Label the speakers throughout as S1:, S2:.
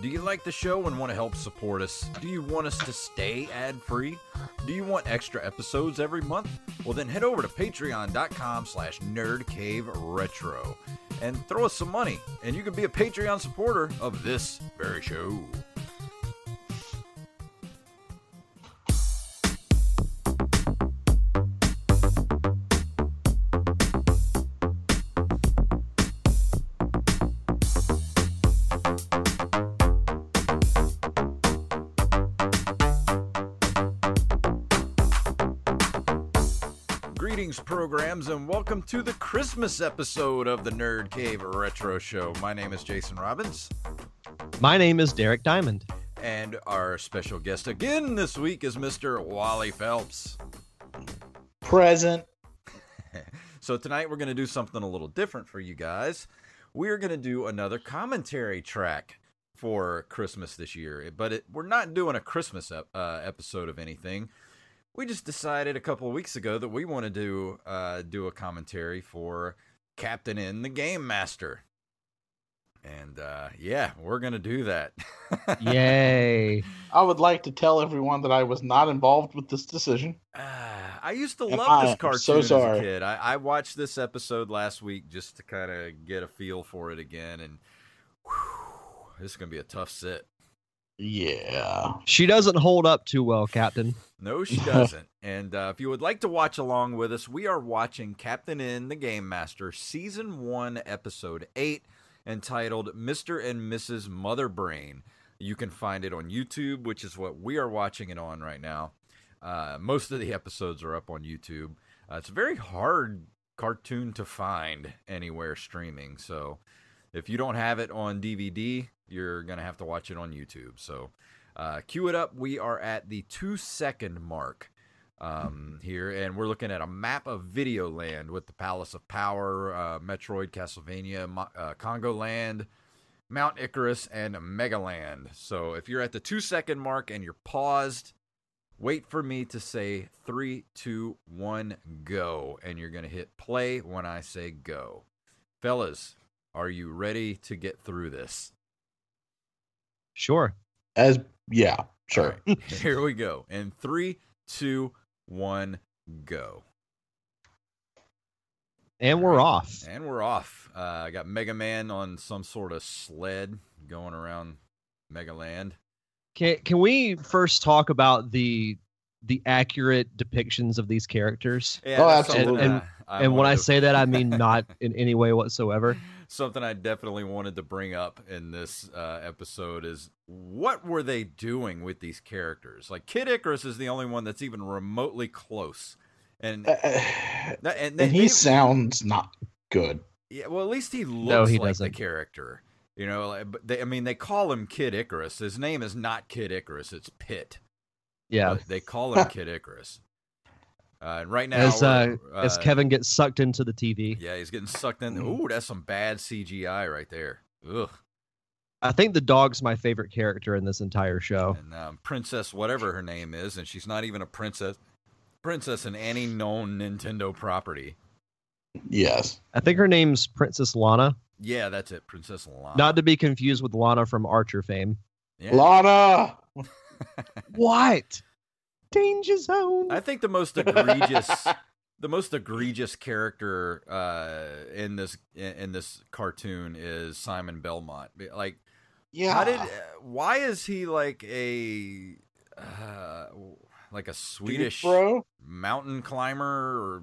S1: Do you like the show and want to help support us? Do you want us to stay ad free? Do you want extra episodes every month? Well, then head over to patreon.com slash nerdcaveretro and throw us some money, and you can be a Patreon supporter of this very show. Greetings, programs, and welcome to the Christmas episode of the Nerd Cave Retro Show. My name is Jason Robbins,
S2: My name is Derek Diamond.
S1: and our special guest again this week is Mr. Wally Phelps.
S3: Present.
S1: So tonight we're going to do something a little different for you guys. We're going to do another commentary track for Christmas this year, but it, we're not doing a Christmas ep- uh, episode of anything. We just decided a couple of weeks ago that we want to do uh, do a commentary for Captain in the Game Master, and uh, yeah, we're going to do that.
S2: Yay.
S3: I would like to tell everyone that I was not involved with this decision.
S1: Ah, I used to
S3: Am
S1: love
S3: I-
S1: this
S3: I'm
S1: cartoon
S3: so
S1: as
S3: sorry.
S1: a kid. I, I watched this episode last week just to kind of get a feel for it again, and whew, this is gonna be a tough sit.
S3: Yeah.
S2: she doesn't hold up too well, Captain.
S1: No, she doesn't. and uh, if you would like to watch along with us, we are watching Captain In the Game Master, Season 1, Episode 8, entitled Mr. and Mrs. Motherbrain. You can find it on YouTube, which is what we are watching it on right now. Uh, most of the episodes are up on YouTube. Uh, it's a very hard cartoon to find anywhere streaming. So if you don't have it on DVD, you're going to have to watch it on YouTube. So. Uh, cue it up. We are at the two second mark um, here, and we're looking at a map of Videoland with the Palace of Power, uh, Metroid, Castlevania, Mo- uh, Congoland, Mount Icarus, and Megaland. So if you're at the two second mark and you're paused, wait for me to say three, two, one, go, and you're going to hit play when I say go. Fellas, are you ready to get through this?
S2: Sure.
S3: As yeah, sure.
S1: All right, here we go. And three, two, one, go.
S2: And we're off.
S1: And we're off. Uh, I got Mega Man on some sort of sled going around Megaland.
S2: Can can we first talk about the the accurate depictions of these characters?
S1: Yeah,
S3: Oh,
S1: that's something
S2: absolutely. And-
S1: I
S2: and when I
S1: wanted to-
S2: say that, I mean not in any way whatsoever.
S1: something I definitely wanted to bring up in this uh, episode is what were they doing with these characters? Like Kid Icarus is the only one that's even remotely close, and
S3: Uh, uh,
S1: and, they-
S3: and he
S1: they-
S3: sounds not good.
S1: Yeah, well, at least he looks
S2: he
S1: like the
S2: doesn't.
S1: character. You know, like, but they, I mean, they call him Kid Icarus. His name is not Kid Icarus; it's Pitt.
S2: Yeah.
S1: But they call him Kid Icarus. Uh, and right now,
S2: as uh,
S1: we're,
S2: as
S1: uh,
S2: Kevin gets sucked into the TV,
S1: yeah, he's getting sucked in.
S3: Mm.
S1: Ooh, that's some bad CGI right there. Ugh.
S2: I think the dog's my favorite character in this entire show.
S1: And um, Princess, whatever her name is, and she's not even a princess. Princess in any known Nintendo property.
S3: Yes.
S2: I think her name's Princess Lana,
S1: Yeah, that's it, Princess Lana.
S2: not to be confused with Lana from Archer fame.
S1: Yeah.
S3: Lana.
S2: What? Danger zone.
S1: I think the most egregious the most egregious character uh, in this in, in this cartoon is Simon Belmont. Like,
S3: yeah.
S1: how did? uh, Why is he like a uh, like a
S3: Dude,
S1: Swedish
S3: bro?
S1: mountain climber or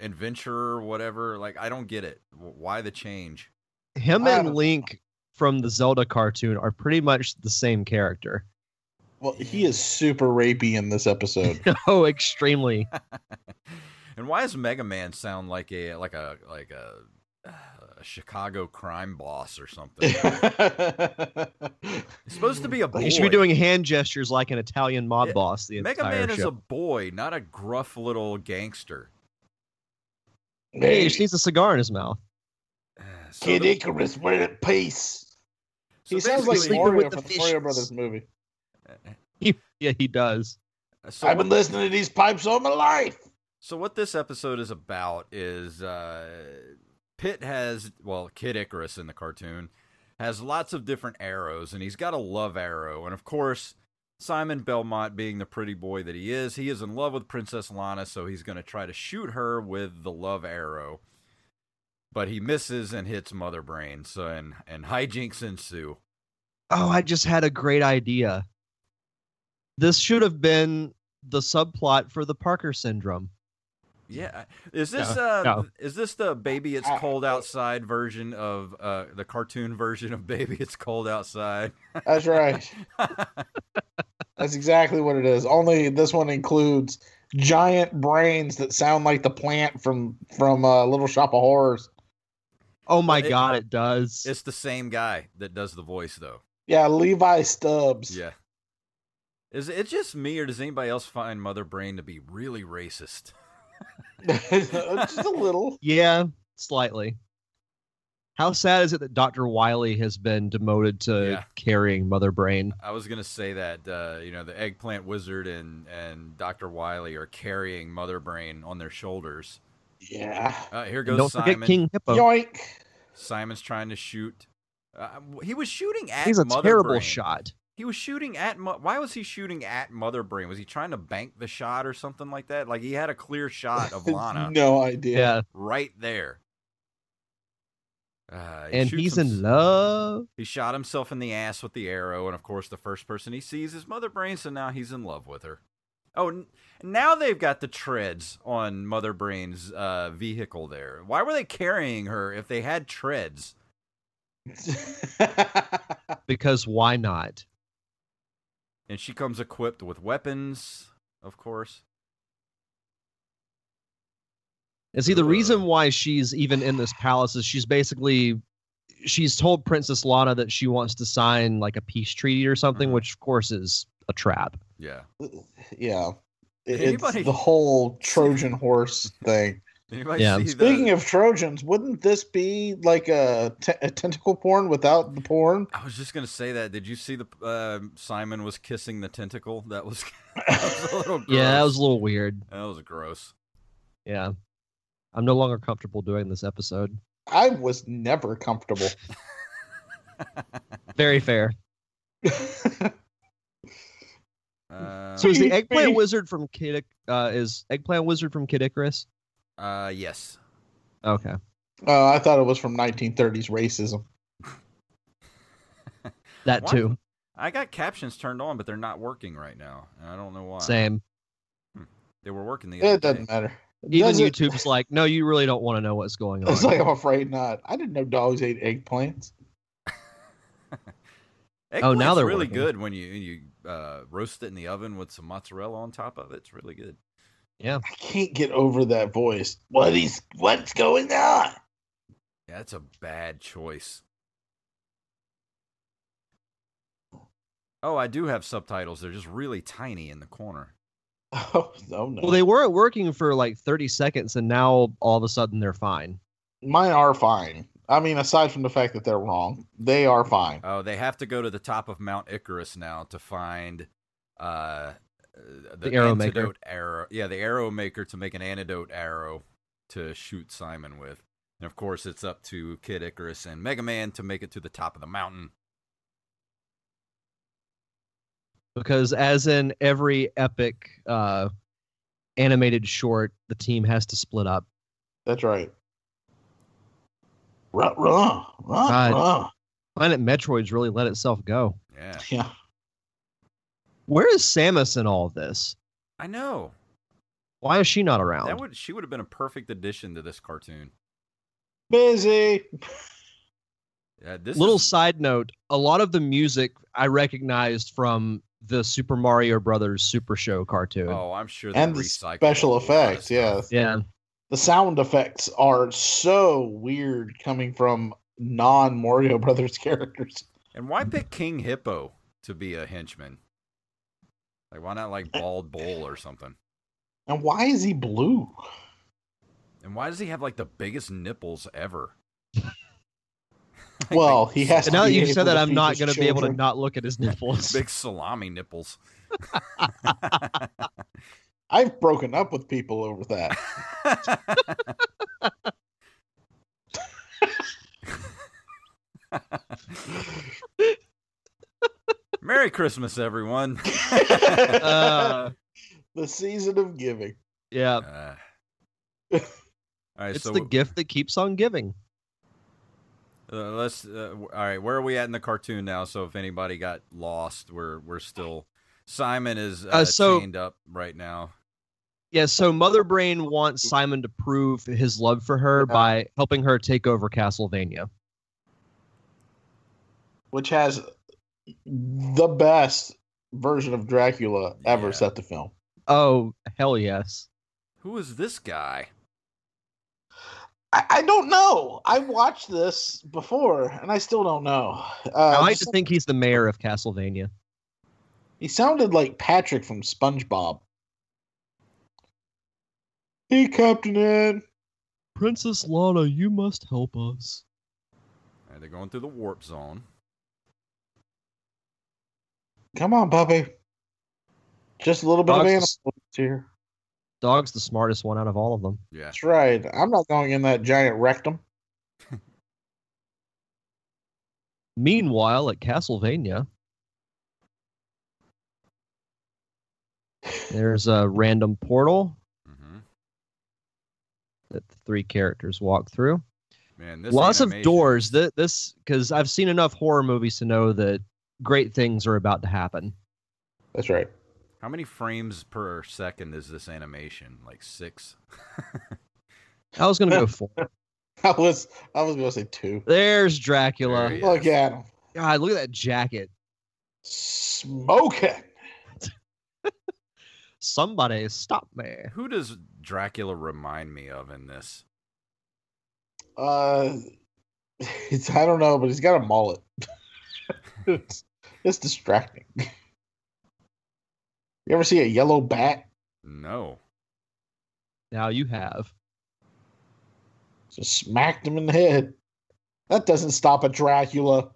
S1: adventurer or whatever? Like, I don't get it. Wh- Why the change?
S2: Him
S3: I
S2: and
S1: Um,
S3: don't-
S2: Link from the Zelda cartoon are pretty much the same character.
S3: Well, he is super rapey in this episode.
S2: Oh, extremely.
S1: And why does Mega Man sound like a like a like a, uh, a Chicago crime boss or something? He's supposed to be a boy.
S2: He should be doing hand gestures like an Italian mob
S1: Yeah.
S2: boss the
S1: Mega
S2: entire
S1: Man is
S2: show.
S1: a boy, not a gruff little gangster.
S2: Hey, he
S3: Hey,
S2: just needs a cigar in his mouth.
S1: Uh, so
S3: Kid
S1: the-
S3: Icarus, we're at peace.
S1: so
S3: he sounds like
S1: basically-
S2: Sleeping with
S3: Mario
S2: the
S3: from the Mario
S2: fishes.
S3: Brothers movie.
S2: Yeah, he does.
S1: uh, so,
S3: I've been
S1: what,
S3: listening to these pipes all my life.
S1: so what this episode is about is uh, Pitt has well Kid Icarus in the cartoon has lots of different arrows, and he's got a love arrow. And of course, Simon Belmont, being the pretty boy that he is, he is in love with Princess Lana, so he's going to try to shoot her with the love arrow. But he misses and hits Mother Brain, so and, and hijinks ensue.
S2: Oh, I just had a great idea. This should have been the subplot for the Parker syndrome.
S1: Yeah, I- is this
S2: No,
S1: uh
S2: no.
S1: is this the baby it's
S3: I-
S1: cold outside version of uh the cartoon version of baby it's cold outside?
S3: That's right. That's exactly what it is. Only this one includes giant brains that sound like the plant from from uh, Little Shop of Horrors.
S2: Oh my
S1: Well, it-
S2: god, it does.
S1: It's the same guy that does the voice though.
S3: Yeah, Levi Stubbs.
S1: Yeah. Is it just me or does anybody else find Mother Brain to be really racist?
S3: just a little.
S2: Yeah, slightly. How sad is it that Dr. Wiley has been demoted to
S1: Yeah.
S2: carrying Mother Brain?
S1: I was gonna say that uh, you know the eggplant wizard and and Doctor Wiley are carrying Mother Brain on their shoulders.
S3: Yeah.
S1: Uh, here
S2: And
S1: goes
S2: don't
S1: Simon.
S2: forget King Hippo.
S3: Yoink.
S1: Simon's trying to shoot. Uh, he was shooting at.
S2: He's a
S1: Mother
S2: terrible
S1: Brain.
S2: shot.
S1: He was shooting at. Mo- Why was he shooting at Mother Brain? Was he trying to bank the shot or something like that? Like he had a clear shot of Lana
S3: no idea.
S2: Yeah.
S1: right there. Uh, he
S2: And
S1: shoots
S2: he's
S1: hims-
S2: in love.
S1: He shot himself in the ass with the arrow, and of course, the first person he sees is Mother Brain. So now he's in love with her. Oh, n- now they've got the treads on Mother Brain's uh, vehicle there. Why were they carrying her if they had treads?
S2: Because why not?
S1: And she comes equipped with weapons, of course.
S2: And see, the
S1: Ugh.
S2: reason why she's even in this palace is she's basically she's told Princess Lana that she wants to sign like a peace treaty or something,
S1: Mhm.
S2: which of course is a trap.
S1: Yeah.
S3: yeah. It-
S1: Anybody-
S3: It's the whole Trojan horse thing.
S1: Anybody
S2: Yeah.
S1: see
S3: Speaking
S1: the...
S3: of Trojans, wouldn't this be like a, te- a tentacle porn without the porn?
S1: I was just gonna say that. Did you see the uh, Simon was kissing the tentacle? That was, that was a
S3: I
S1: little gross.
S2: Yeah, that was a little weird.
S1: that was gross.
S2: Yeah. I'm no longer comfortable doing this episode.
S3: was never comfortable.
S2: Very fair.
S1: Uh,
S2: Mm. So is the
S3: Excuse
S2: eggplant
S3: me.
S2: wizard from Kid Ic- uh, is eggplant wizard from Kid Icarus?
S1: uh, yes.
S2: Okay.
S3: Oh, I thought it was from 1930s racism.
S2: That
S1: What?
S2: too.
S1: I got captions turned on, but they're not working right now, and I don't know why.
S2: Same.
S1: They were working the other
S3: It doesn't
S1: day.
S3: matter.
S2: Even
S3: Does it-
S2: YouTube's like, no, you really don't want to know what's going on.
S3: It's like I'm afraid not. I didn't know dogs ate eggplants.
S2: Oh, now
S1: Eggplant's
S2: they're
S1: really
S2: working.
S1: good when you you uh, roast it in the oven with some mozzarella on top of it. It's really good.
S3: I can't get over that voice. What is what's going on?
S1: Yeah, that's a bad choice. Oh, I do have subtitles. They're just really tiny in the corner.
S3: Oh, no, no.
S2: well, they weren't working for like 30 seconds, and now all of a sudden they're fine.
S3: Mine are fine. I mean, aside from the fact that they're wrong, they are fine.
S1: Oh, they have to go to the top of Mount Icarus now to find uh, the,
S2: The arrow maker.
S1: antidote arrow. Yeah, the arrow maker to make an antidote arrow to shoot Simon with. And of course, it's up to Kid Icarus and Mega Man to make it to the top of the mountain.
S2: Because as in every epic uh, animated short, the team has to split up.
S3: That's right. Ruh, ruh, ruh,
S2: God.
S3: ruh.
S2: Planet Metroid's really let itself go.
S1: Yeah,
S3: Yeah.
S2: Where is Samus in all of this?
S1: I know.
S2: Why is she not around?
S1: That would she would have been a perfect addition to this cartoon.
S3: Busy.
S1: Yeah, this
S2: Little
S1: is-
S2: side note: a lot of the music I recognized from the Super Mario Brothers Super Show cartoon.
S1: Oh, I'm sure. they
S3: And the
S1: recycled a
S3: special
S1: lot of
S3: effects,
S1: stuff.
S3: yeah.
S2: Yeah,
S3: The sound effects are so weird coming from non Mario Brothers characters.
S1: And why pick King Hippo to be a henchman? Like, why not like Bald Bull or something?
S3: And why is he blue?
S1: And why does he have like the biggest nipples ever?
S3: Well, he has
S2: and
S3: to
S2: now that
S3: be
S2: you
S3: able
S2: said that,
S3: to
S2: I'm
S3: feed
S2: not
S3: his
S2: going to be able to
S3: children.
S2: not look at his nipples.
S1: big salami nipples.
S3: I've broken up with people over that.
S1: Merry Christmas, everyone.
S2: Uh,
S3: the season of giving.
S2: yeah,
S1: Uh, all
S3: It's
S1: right,
S2: it's
S1: so
S2: the gift that keeps on giving.
S1: uh, let's. Uh, w- all right, where are we at in the cartoon now? So if anybody got lost, we're we're still. Simon is uh,
S2: so-
S1: chained up right now.
S2: Yeah, so Mother Brain wants Simon to prove his love for her
S3: Yeah.
S2: by helping her take over Castlevania.
S3: which has the best version of Dracula ever
S1: Yeah.
S3: set to film.
S2: Oh, hell yes.
S1: Who is this guy?
S3: I, I don't know. I watched this before, and I still don't know. Uh,
S2: I like
S3: just-
S2: to think he's the mayor of Castlevania.
S3: he sounded like Patrick from SpongeBob. Hey, Captain Ed.
S2: Princess Lana, you must help us.
S1: All right, Uh, they're going through the warp zone.
S3: Come on, puppy. Just a little bit of
S2: Dogs-
S3: animal here.
S2: Dog's the smartest one out of all of them.
S1: Yeah.
S3: That's right. I'm not going in that giant rectum.
S2: Meanwhile, at Castlevania, there's a random portal
S1: hmm
S2: that the three characters walk through.
S1: Man, this
S2: Lots of
S1: animation-
S2: doors. Th- This, because I've seen enough horror movies to know that great things are about to happen.
S3: That's right.
S1: How many frames per second is this animation? Like six.
S2: I was going to go four.
S3: I was I was gonna say two.
S2: There's Dracula.
S1: There he is.
S3: Look at him.
S2: God, look at that jacket.
S3: Smoking.
S2: Somebody stop me.
S1: Who does Dracula remind me of in this?
S3: Uh, it's I don't know, but he's got a mullet. it's, it's distracting. You ever see a yellow bat?
S1: No.
S2: Now you have.
S3: Just smacked him in the head. That doesn't stop a Dracula.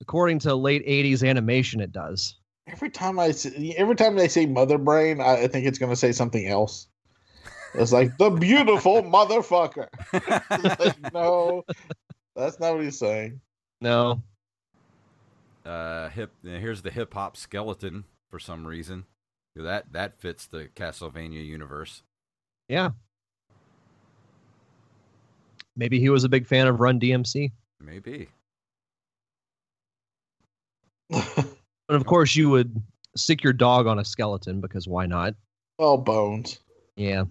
S2: According to late 80s animation, it does.
S3: Every time I see, every time they say mother brain, I, I think it's gonna say something else. It's like the beautiful motherfucker. Like, no, that's not what he's saying.
S2: No.
S1: uh, hip. Here's the hip hop skeleton for some reason. That that fits the Castlevania universe.
S2: Yeah. Maybe he was a big fan of Run DMC.
S1: Maybe.
S2: But of course, you would stick your dog on a skeleton because why not?
S3: oh, bones.
S2: Yeah.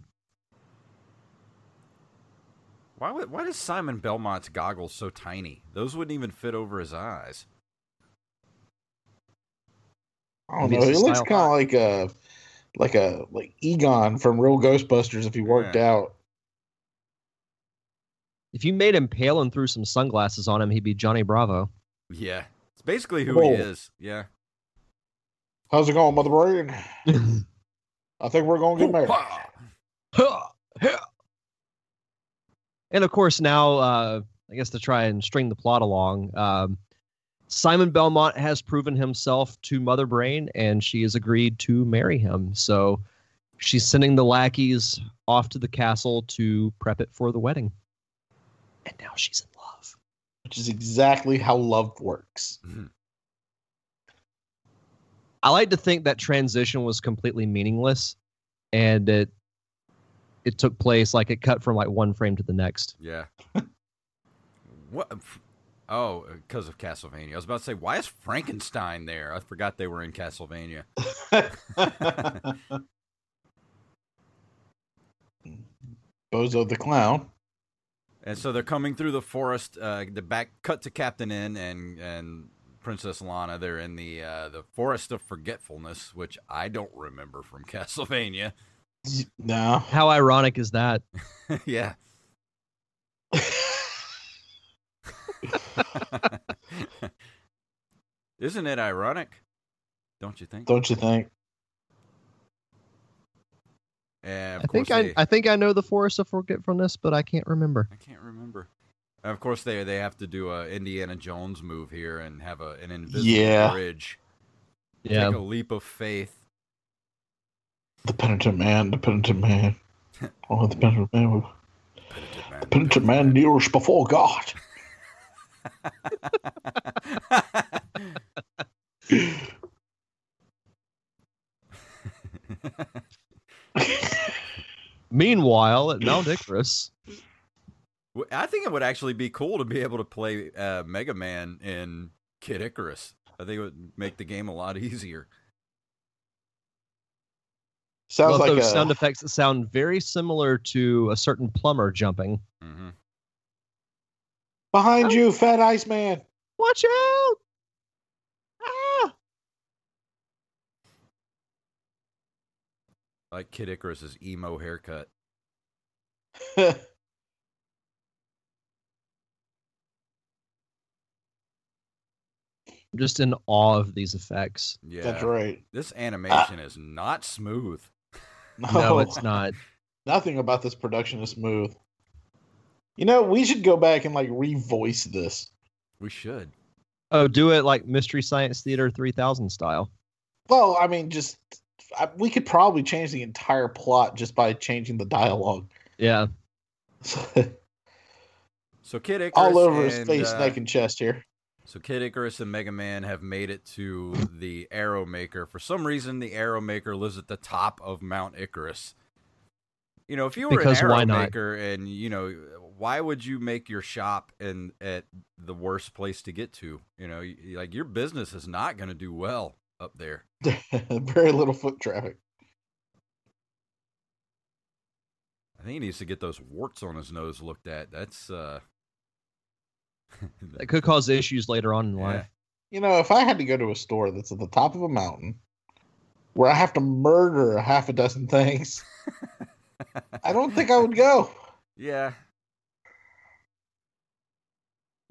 S1: Why would, why does Simon Belmont's goggles so tiny? Those wouldn't even fit over his eyes.
S3: I don't
S2: Maybe
S3: know.
S2: it's
S3: He
S2: a
S3: looks
S2: style
S3: kind of like a like a like Egon from Real Ghostbusters if he worked
S1: Yeah.
S3: out.
S2: If you made him pale and threw some sunglasses on him, he'd be Johnny Bravo.
S1: Yeah, it's basically who
S3: Whoa.
S1: he is. Yeah.
S3: How's it going, Mother Brain? I think we're gonna get married.
S1: Hoo-ha!
S2: and of course, now uh, I guess to try and string the plot along, um, Simon Belmont has proven himself to Mother Brain, and she has agreed to marry him. So she's sending the lackeys off to the castle to prep it for the wedding. And now she's in love.
S3: Which is exactly how love works.
S2: I like to think that transition was completely meaningless, and it it took place like it cut from like one frame to the next.
S1: Yeah. what? f- Oh, because of Castlevania. I was about to say, why is Frankenstein there? I forgot they were in Castlevania.
S3: Bozo the clown.
S1: And so they're coming through the forest. Uh, the back cut to Captain N and and Princess Lana. They're in the uh, the forest of forgetfulness, which I don't remember from Castlevania.
S3: No.
S2: How ironic is that?
S1: yeah. Isn't it ironic? Don't you think?
S3: Don't you think?
S1: And of
S2: I think
S1: course
S2: I,
S1: they-
S2: I think I know the forest of forgetfulness, but I can't remember.
S1: I can't remember. And of course, they they have to do a Indiana Jones move here and have a, an invisible
S3: Yeah.
S1: bridge.
S2: Yeah,
S1: Take a leap of faith.
S3: The penitent man, the penitent man. Oh, the penitent man.
S1: Penitent man.
S3: The penitent man kneels before God.
S2: Meanwhile, at Mount Icarus,
S1: Well, I think it would actually be cool to be able to play uh, Mega Man in Kid Icarus. I think it would make the game a lot easier.
S3: Sounds
S2: love
S3: like
S2: those
S3: a,
S2: sound effects that sound very similar to a certain plumber jumping.
S1: hmm
S3: behind you, fat ice man.
S2: Watch out! Ah!
S1: Like Kid Icarus's emo haircut.
S2: I'm just in awe of these effects.
S1: Yeah,
S3: That's right.
S1: this animation is not smooth.
S3: No,
S2: No, it's not.
S3: Nothing about this production is smooth. You know, we should go back and like revoice this.
S1: We should.
S2: Oh, do it like Mystery Science Theater 3000 style.
S3: Well, I mean, just I, we could probably change the entire plot just by changing the dialogue.
S2: Yeah.
S1: So Kid Icarus
S3: All over his
S1: and,
S3: face,
S1: uh,
S3: neck, and chest here.
S1: So Kid Icarus and Mega Man have made it to the Arrow Maker. For some reason, the Arrow Maker lives at the top of Mount Icarus. You know, if you were
S2: Because
S1: an Arrow
S2: why not?
S1: Maker, and you know, why would you make your shop in at the worst place to get to? You know, y- like your business is not going to do well up there.
S3: Very little foot traffic.
S1: I think he needs to get those warts on his nose looked at. That's uh,
S2: That could cause issues later on in
S1: Yeah.
S2: life.
S3: You know, if I had to go to a store that's at the top of a mountain where I have to murder a half a dozen things, I don't think I would go.
S1: yeah,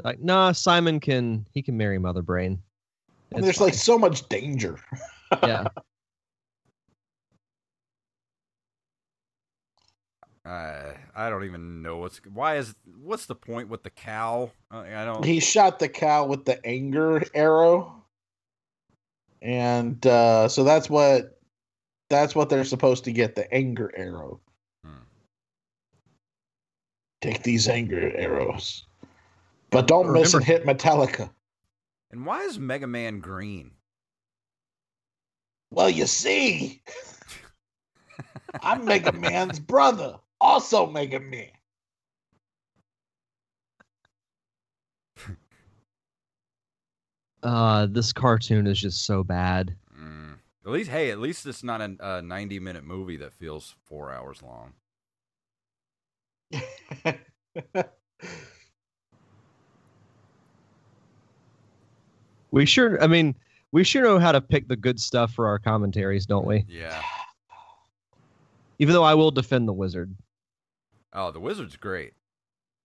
S2: Like, nah, Simon can, he can marry Mother Brain.
S3: And
S2: It's
S3: there's like so much danger.
S2: fine. yeah.
S1: I I don't even know what's why is what's the point with the cow? I, I don't.
S3: He shot the cow with the anger arrow. And uh, so that's what that's what they're supposed to get, the anger arrow.
S1: Hmm.
S3: Take these anger arrows. But don't miss and hit Metallica.
S1: And why is Mega Man green?
S3: Well, you see, I'm Mega Man's brother, also Mega Man.
S2: Uh, this cartoon is just so bad.
S1: Mm. At least, hey, at least it's not a, a 90 minute movie that feels four hours long.
S2: We sure, I mean, we sure know how to pick the good stuff for our commentaries, don't we?
S1: Yeah.
S2: Even though I will defend the wizard.
S1: Oh, the wizard's great.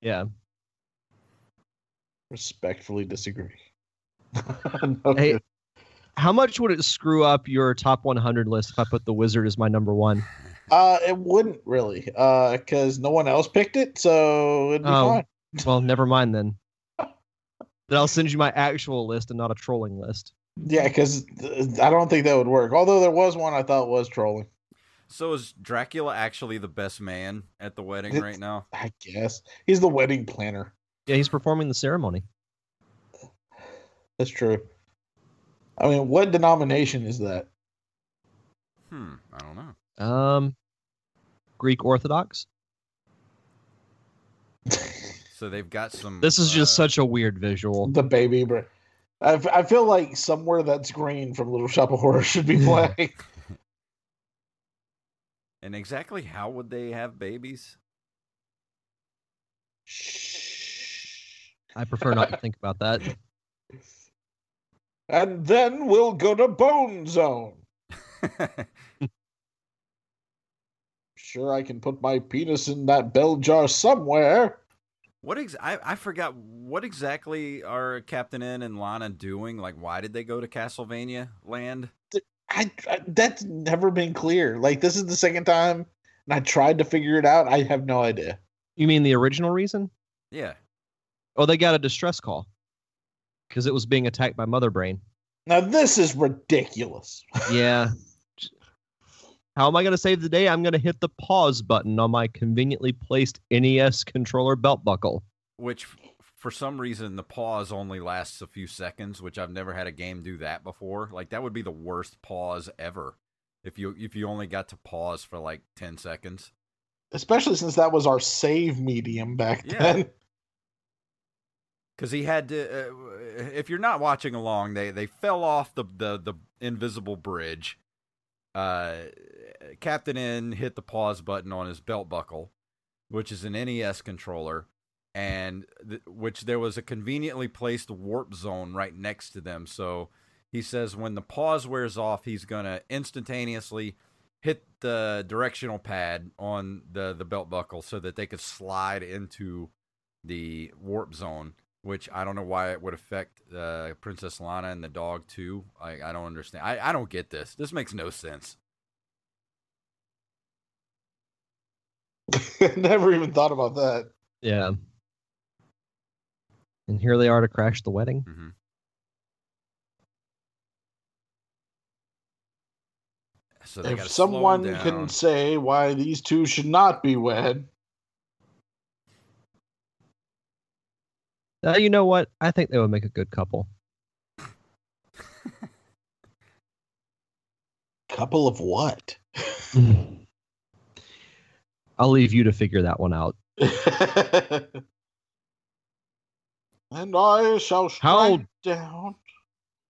S2: Yeah.
S3: Respectfully disagree. No,
S2: Hey, how much would it screw up your top 100 list if I put the wizard as my number one?
S3: uh, it wouldn't really, because no one else picked it, so it'd be
S2: Oh.
S3: fine.
S2: Well, never mind then. Then I'll send you my actual list and not a trolling list.
S3: Yeah, because I don't think that would work. Although there was one I thought was trolling.
S1: So is Dracula actually the best man at the wedding right now?
S3: I guess he's the wedding planner.
S2: Yeah, he's performing the ceremony.
S3: That's true. I mean, what denomination is that?
S1: Hmm. I don't know.
S2: Um, Greek Orthodox.
S1: So they've got some.
S2: This is just
S1: uh,
S2: such a weird visual.
S3: The baby, bro. I, f- I feel like somewhere that's green from Little Shop of Horrors should be
S2: Yeah.
S3: playing.
S1: And exactly how would they have babies?
S2: I prefer not to think about that.
S3: and then we'll go to Bone Zone. Sure, I can put my penis in that bell jar somewhere.
S1: what ex- I, I forgot. What exactly are Captain N and Lana doing? Like, why did they go to Castlevania land?
S3: I, I that's never been clear. Like this is the second time, and I tried to figure it out. I have no idea.
S2: You mean the original reason?
S1: Yeah.
S2: Oh, they got a distress call because it was being attacked by Mother Brain.
S3: Now this is ridiculous.
S2: Yeah. How am I going to save the day? I'm going to hit the E pause button on my conveniently placed NES controller belt buckle.
S1: which f- for some reason the pause only lasts a few seconds, which I've never had a game do that before. Like that would be the worst pause ever. If you if you only got to pause for like 10 seconds.
S3: Especially since that was our save medium back
S1: Yeah.
S3: then.
S1: Cuz he had to uh, if you're not watching along, they they fell off the the the invisible bridge. Uh Captain N hit the pause button on his belt buckle, which is an NES controller. And th- which there was a conveniently placed warp zone right next to them. So he says when the pause wears off, he's gonna instantaneously hit the directional pad on the the belt buckle so that they could slide into the warp zone. Which I don't know why it would affect uh, Princess Lana and the dog too. I, I don't understand. I, I don't get this. This makes no sense.
S3: Never even thought about that.
S2: Yeah. And here they are to crash the wedding.
S1: hmm So they
S3: If
S1: gotta
S3: someone
S1: slow 'em down.
S3: can say why these two should not be wed,
S2: Uh, you know what? I think they would make a good couple.
S3: couple of what?
S2: I'll leave you to figure that one out.
S3: and I shall strike
S2: How-
S3: down.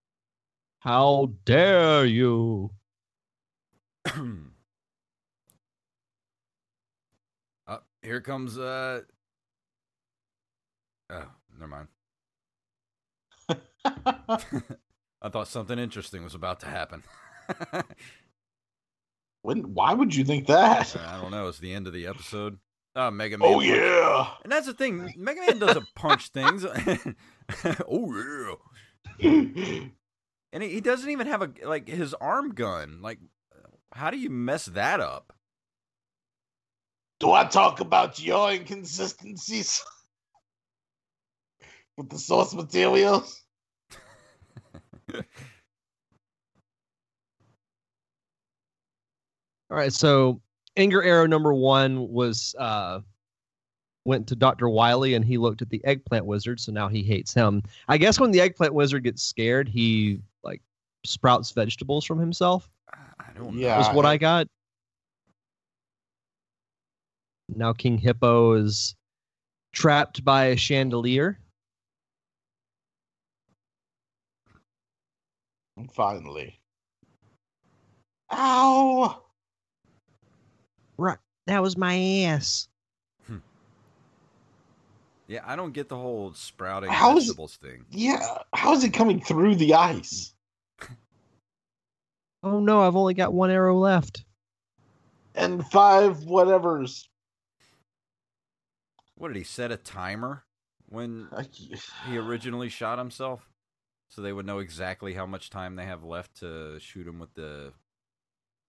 S2: How dare you?
S1: Up here comes uh Oh, never mind. I thought something interesting was about to happen. Uh,
S3: when, why would you think that?
S1: I don't know. It's the end of the episode. Oh, Mega Man.
S3: Oh
S1: punch-
S3: yeah.
S1: And that's the thing. Mega Man doesn't punch things. oh yeah. And he, he doesn't even have a like his arm gun. Like, how do you mess that up?
S3: Do I talk about your inconsistencies with the source materials?
S2: All right, so anger arrow number one was uh, went to Doctor Wiley, and he looked at the eggplant wizard, so now he hates him. I guess when the eggplant wizard gets scared, he like sprouts vegetables from himself.
S1: I don't know.
S3: Yeah.
S2: Is what I got. Now King Hippo is trapped by a chandelier.
S3: Finally. Ow!
S2: That was my ass.
S1: Yeah, I don't get the whole sprouting
S3: How is-
S1: vegetables thing.
S3: Yeah, how is it coming through the ice?
S2: Oh no, I've only got one arrow left.
S3: And five whatevers.
S1: What did he set a timer when
S3: I-
S1: he originally shot himself, so they would know exactly how much time they have left to shoot him with the.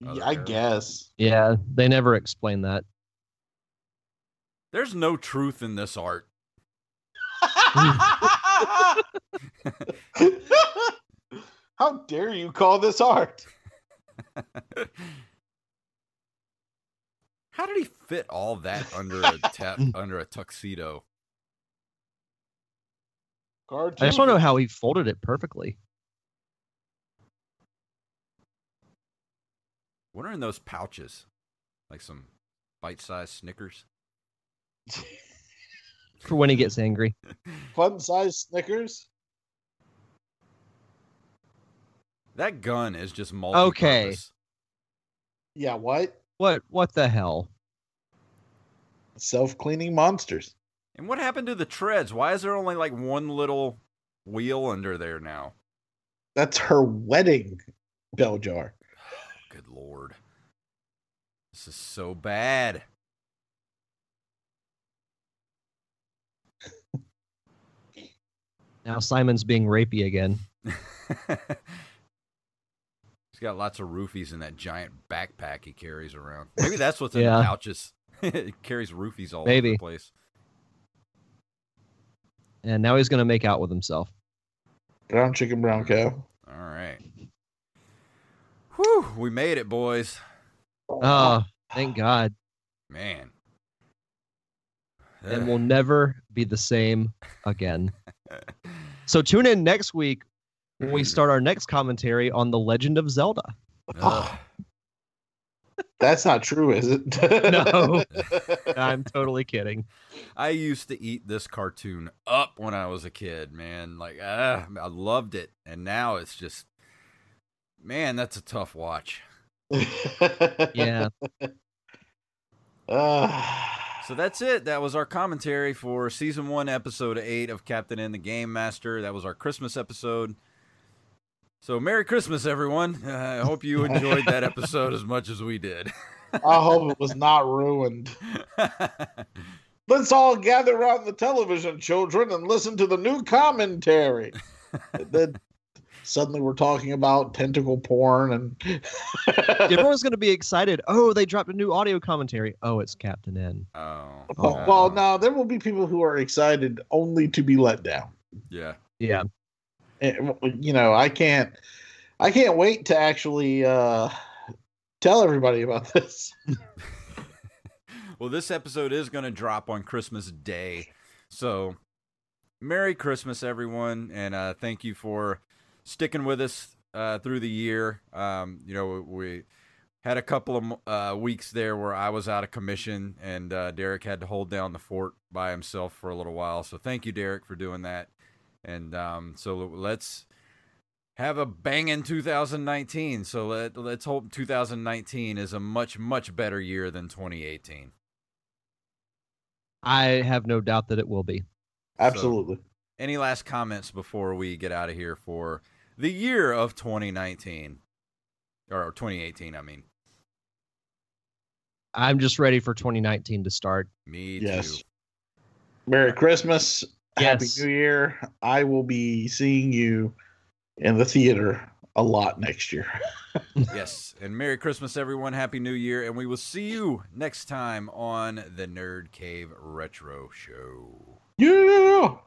S1: Other
S3: Yeah, I
S1: arrow.
S3: guess.
S2: Yeah, they never explain that.
S1: There's no truth in this art.
S3: How dare you call this art?
S1: How did he fit all that under a tap under a tuxedo?
S2: I just want to know how he folded it perfectly.
S1: What are in those pouches? Like some bite-sized Snickers.
S2: for when he gets angry.
S3: Fun size Snickers.
S1: That gun is just multi.
S2: Okay.
S3: Yeah, what?
S2: What what the hell?
S3: Self cleaning monsters.
S1: And what happened to the treads? Why is there only like one little wheel under there now?
S3: That's her wedding bell jar.
S1: Good lord. This is so bad.
S2: Now Simon's being rapey again.
S1: He's got lots of roofies in that giant backpack he carries around. Maybe that's what's in the
S2: Yeah.
S1: pouches. he carries roofies all over
S2: Maybe.
S1: the place.
S2: And now he's gonna make out with himself.
S3: Brown chicken, brown cow.
S1: All right. Whew, we made it,
S3: Oh.
S1: boys.
S2: Ah, Oh, thank God.
S1: Man.
S2: and will never be the same again. so tune in next week when we start our next commentary on The Legend of Zelda.
S1: Ugh.
S3: Ah. That's not true, is it?
S2: No. I'm totally kidding.
S1: I used to eat this cartoon up when I was a kid, man. Like, ah, I loved it, and now it's just, man, that's a tough watch.
S2: Yeah.
S3: Ah.
S1: So that's it. That was our commentary for season one, episode eight of Captain and the Game Master. That was our Christmas episode. So Merry Christmas, everyone. Uh, I hope you enjoyed that episode as much as we did.
S3: I hope it was not ruined. Let's all gather around the television, children, and listen to the new commentary. And then suddenly we're talking about tentacle porn and
S2: Everyone's going to be excited. Oh, they dropped a new audio commentary. Oh, it's Captain N.
S1: oh,
S3: well, well now there will be people who are excited only to be let down.
S1: yeah.
S2: Yeah.
S3: And, you know, I can't I can't wait to actually uh tell everybody about this.
S1: Well, this episode is going to drop on Christmas Day. So, Merry Christmas, everyone. And uh, thank you for sticking with us uh, through the year. Um, you know, we had a couple of uh, weeks there where I was out of commission and uh, Derek had to hold down the fort by himself for a little while. So, thank you, Derek, for doing that. And um, so, let's. Have a banging 2019. So let, let's hope 2019 is a much, much better year than 2018.
S2: I have no doubt that it will be.
S3: Absolutely.
S1: any last comments before we get out of here for the year of 2019 or 2018 i mean
S2: I'm just ready for 2019 to start.
S1: me
S3: Yes.
S1: too
S3: Merry Christmas.
S2: Yes.
S3: Happy New Year. I will be seeing you in the theater a lot next year.
S1: yes and merry christmas everyone happy new year and we will see you next time on the nerd cave retro show
S3: Yeah.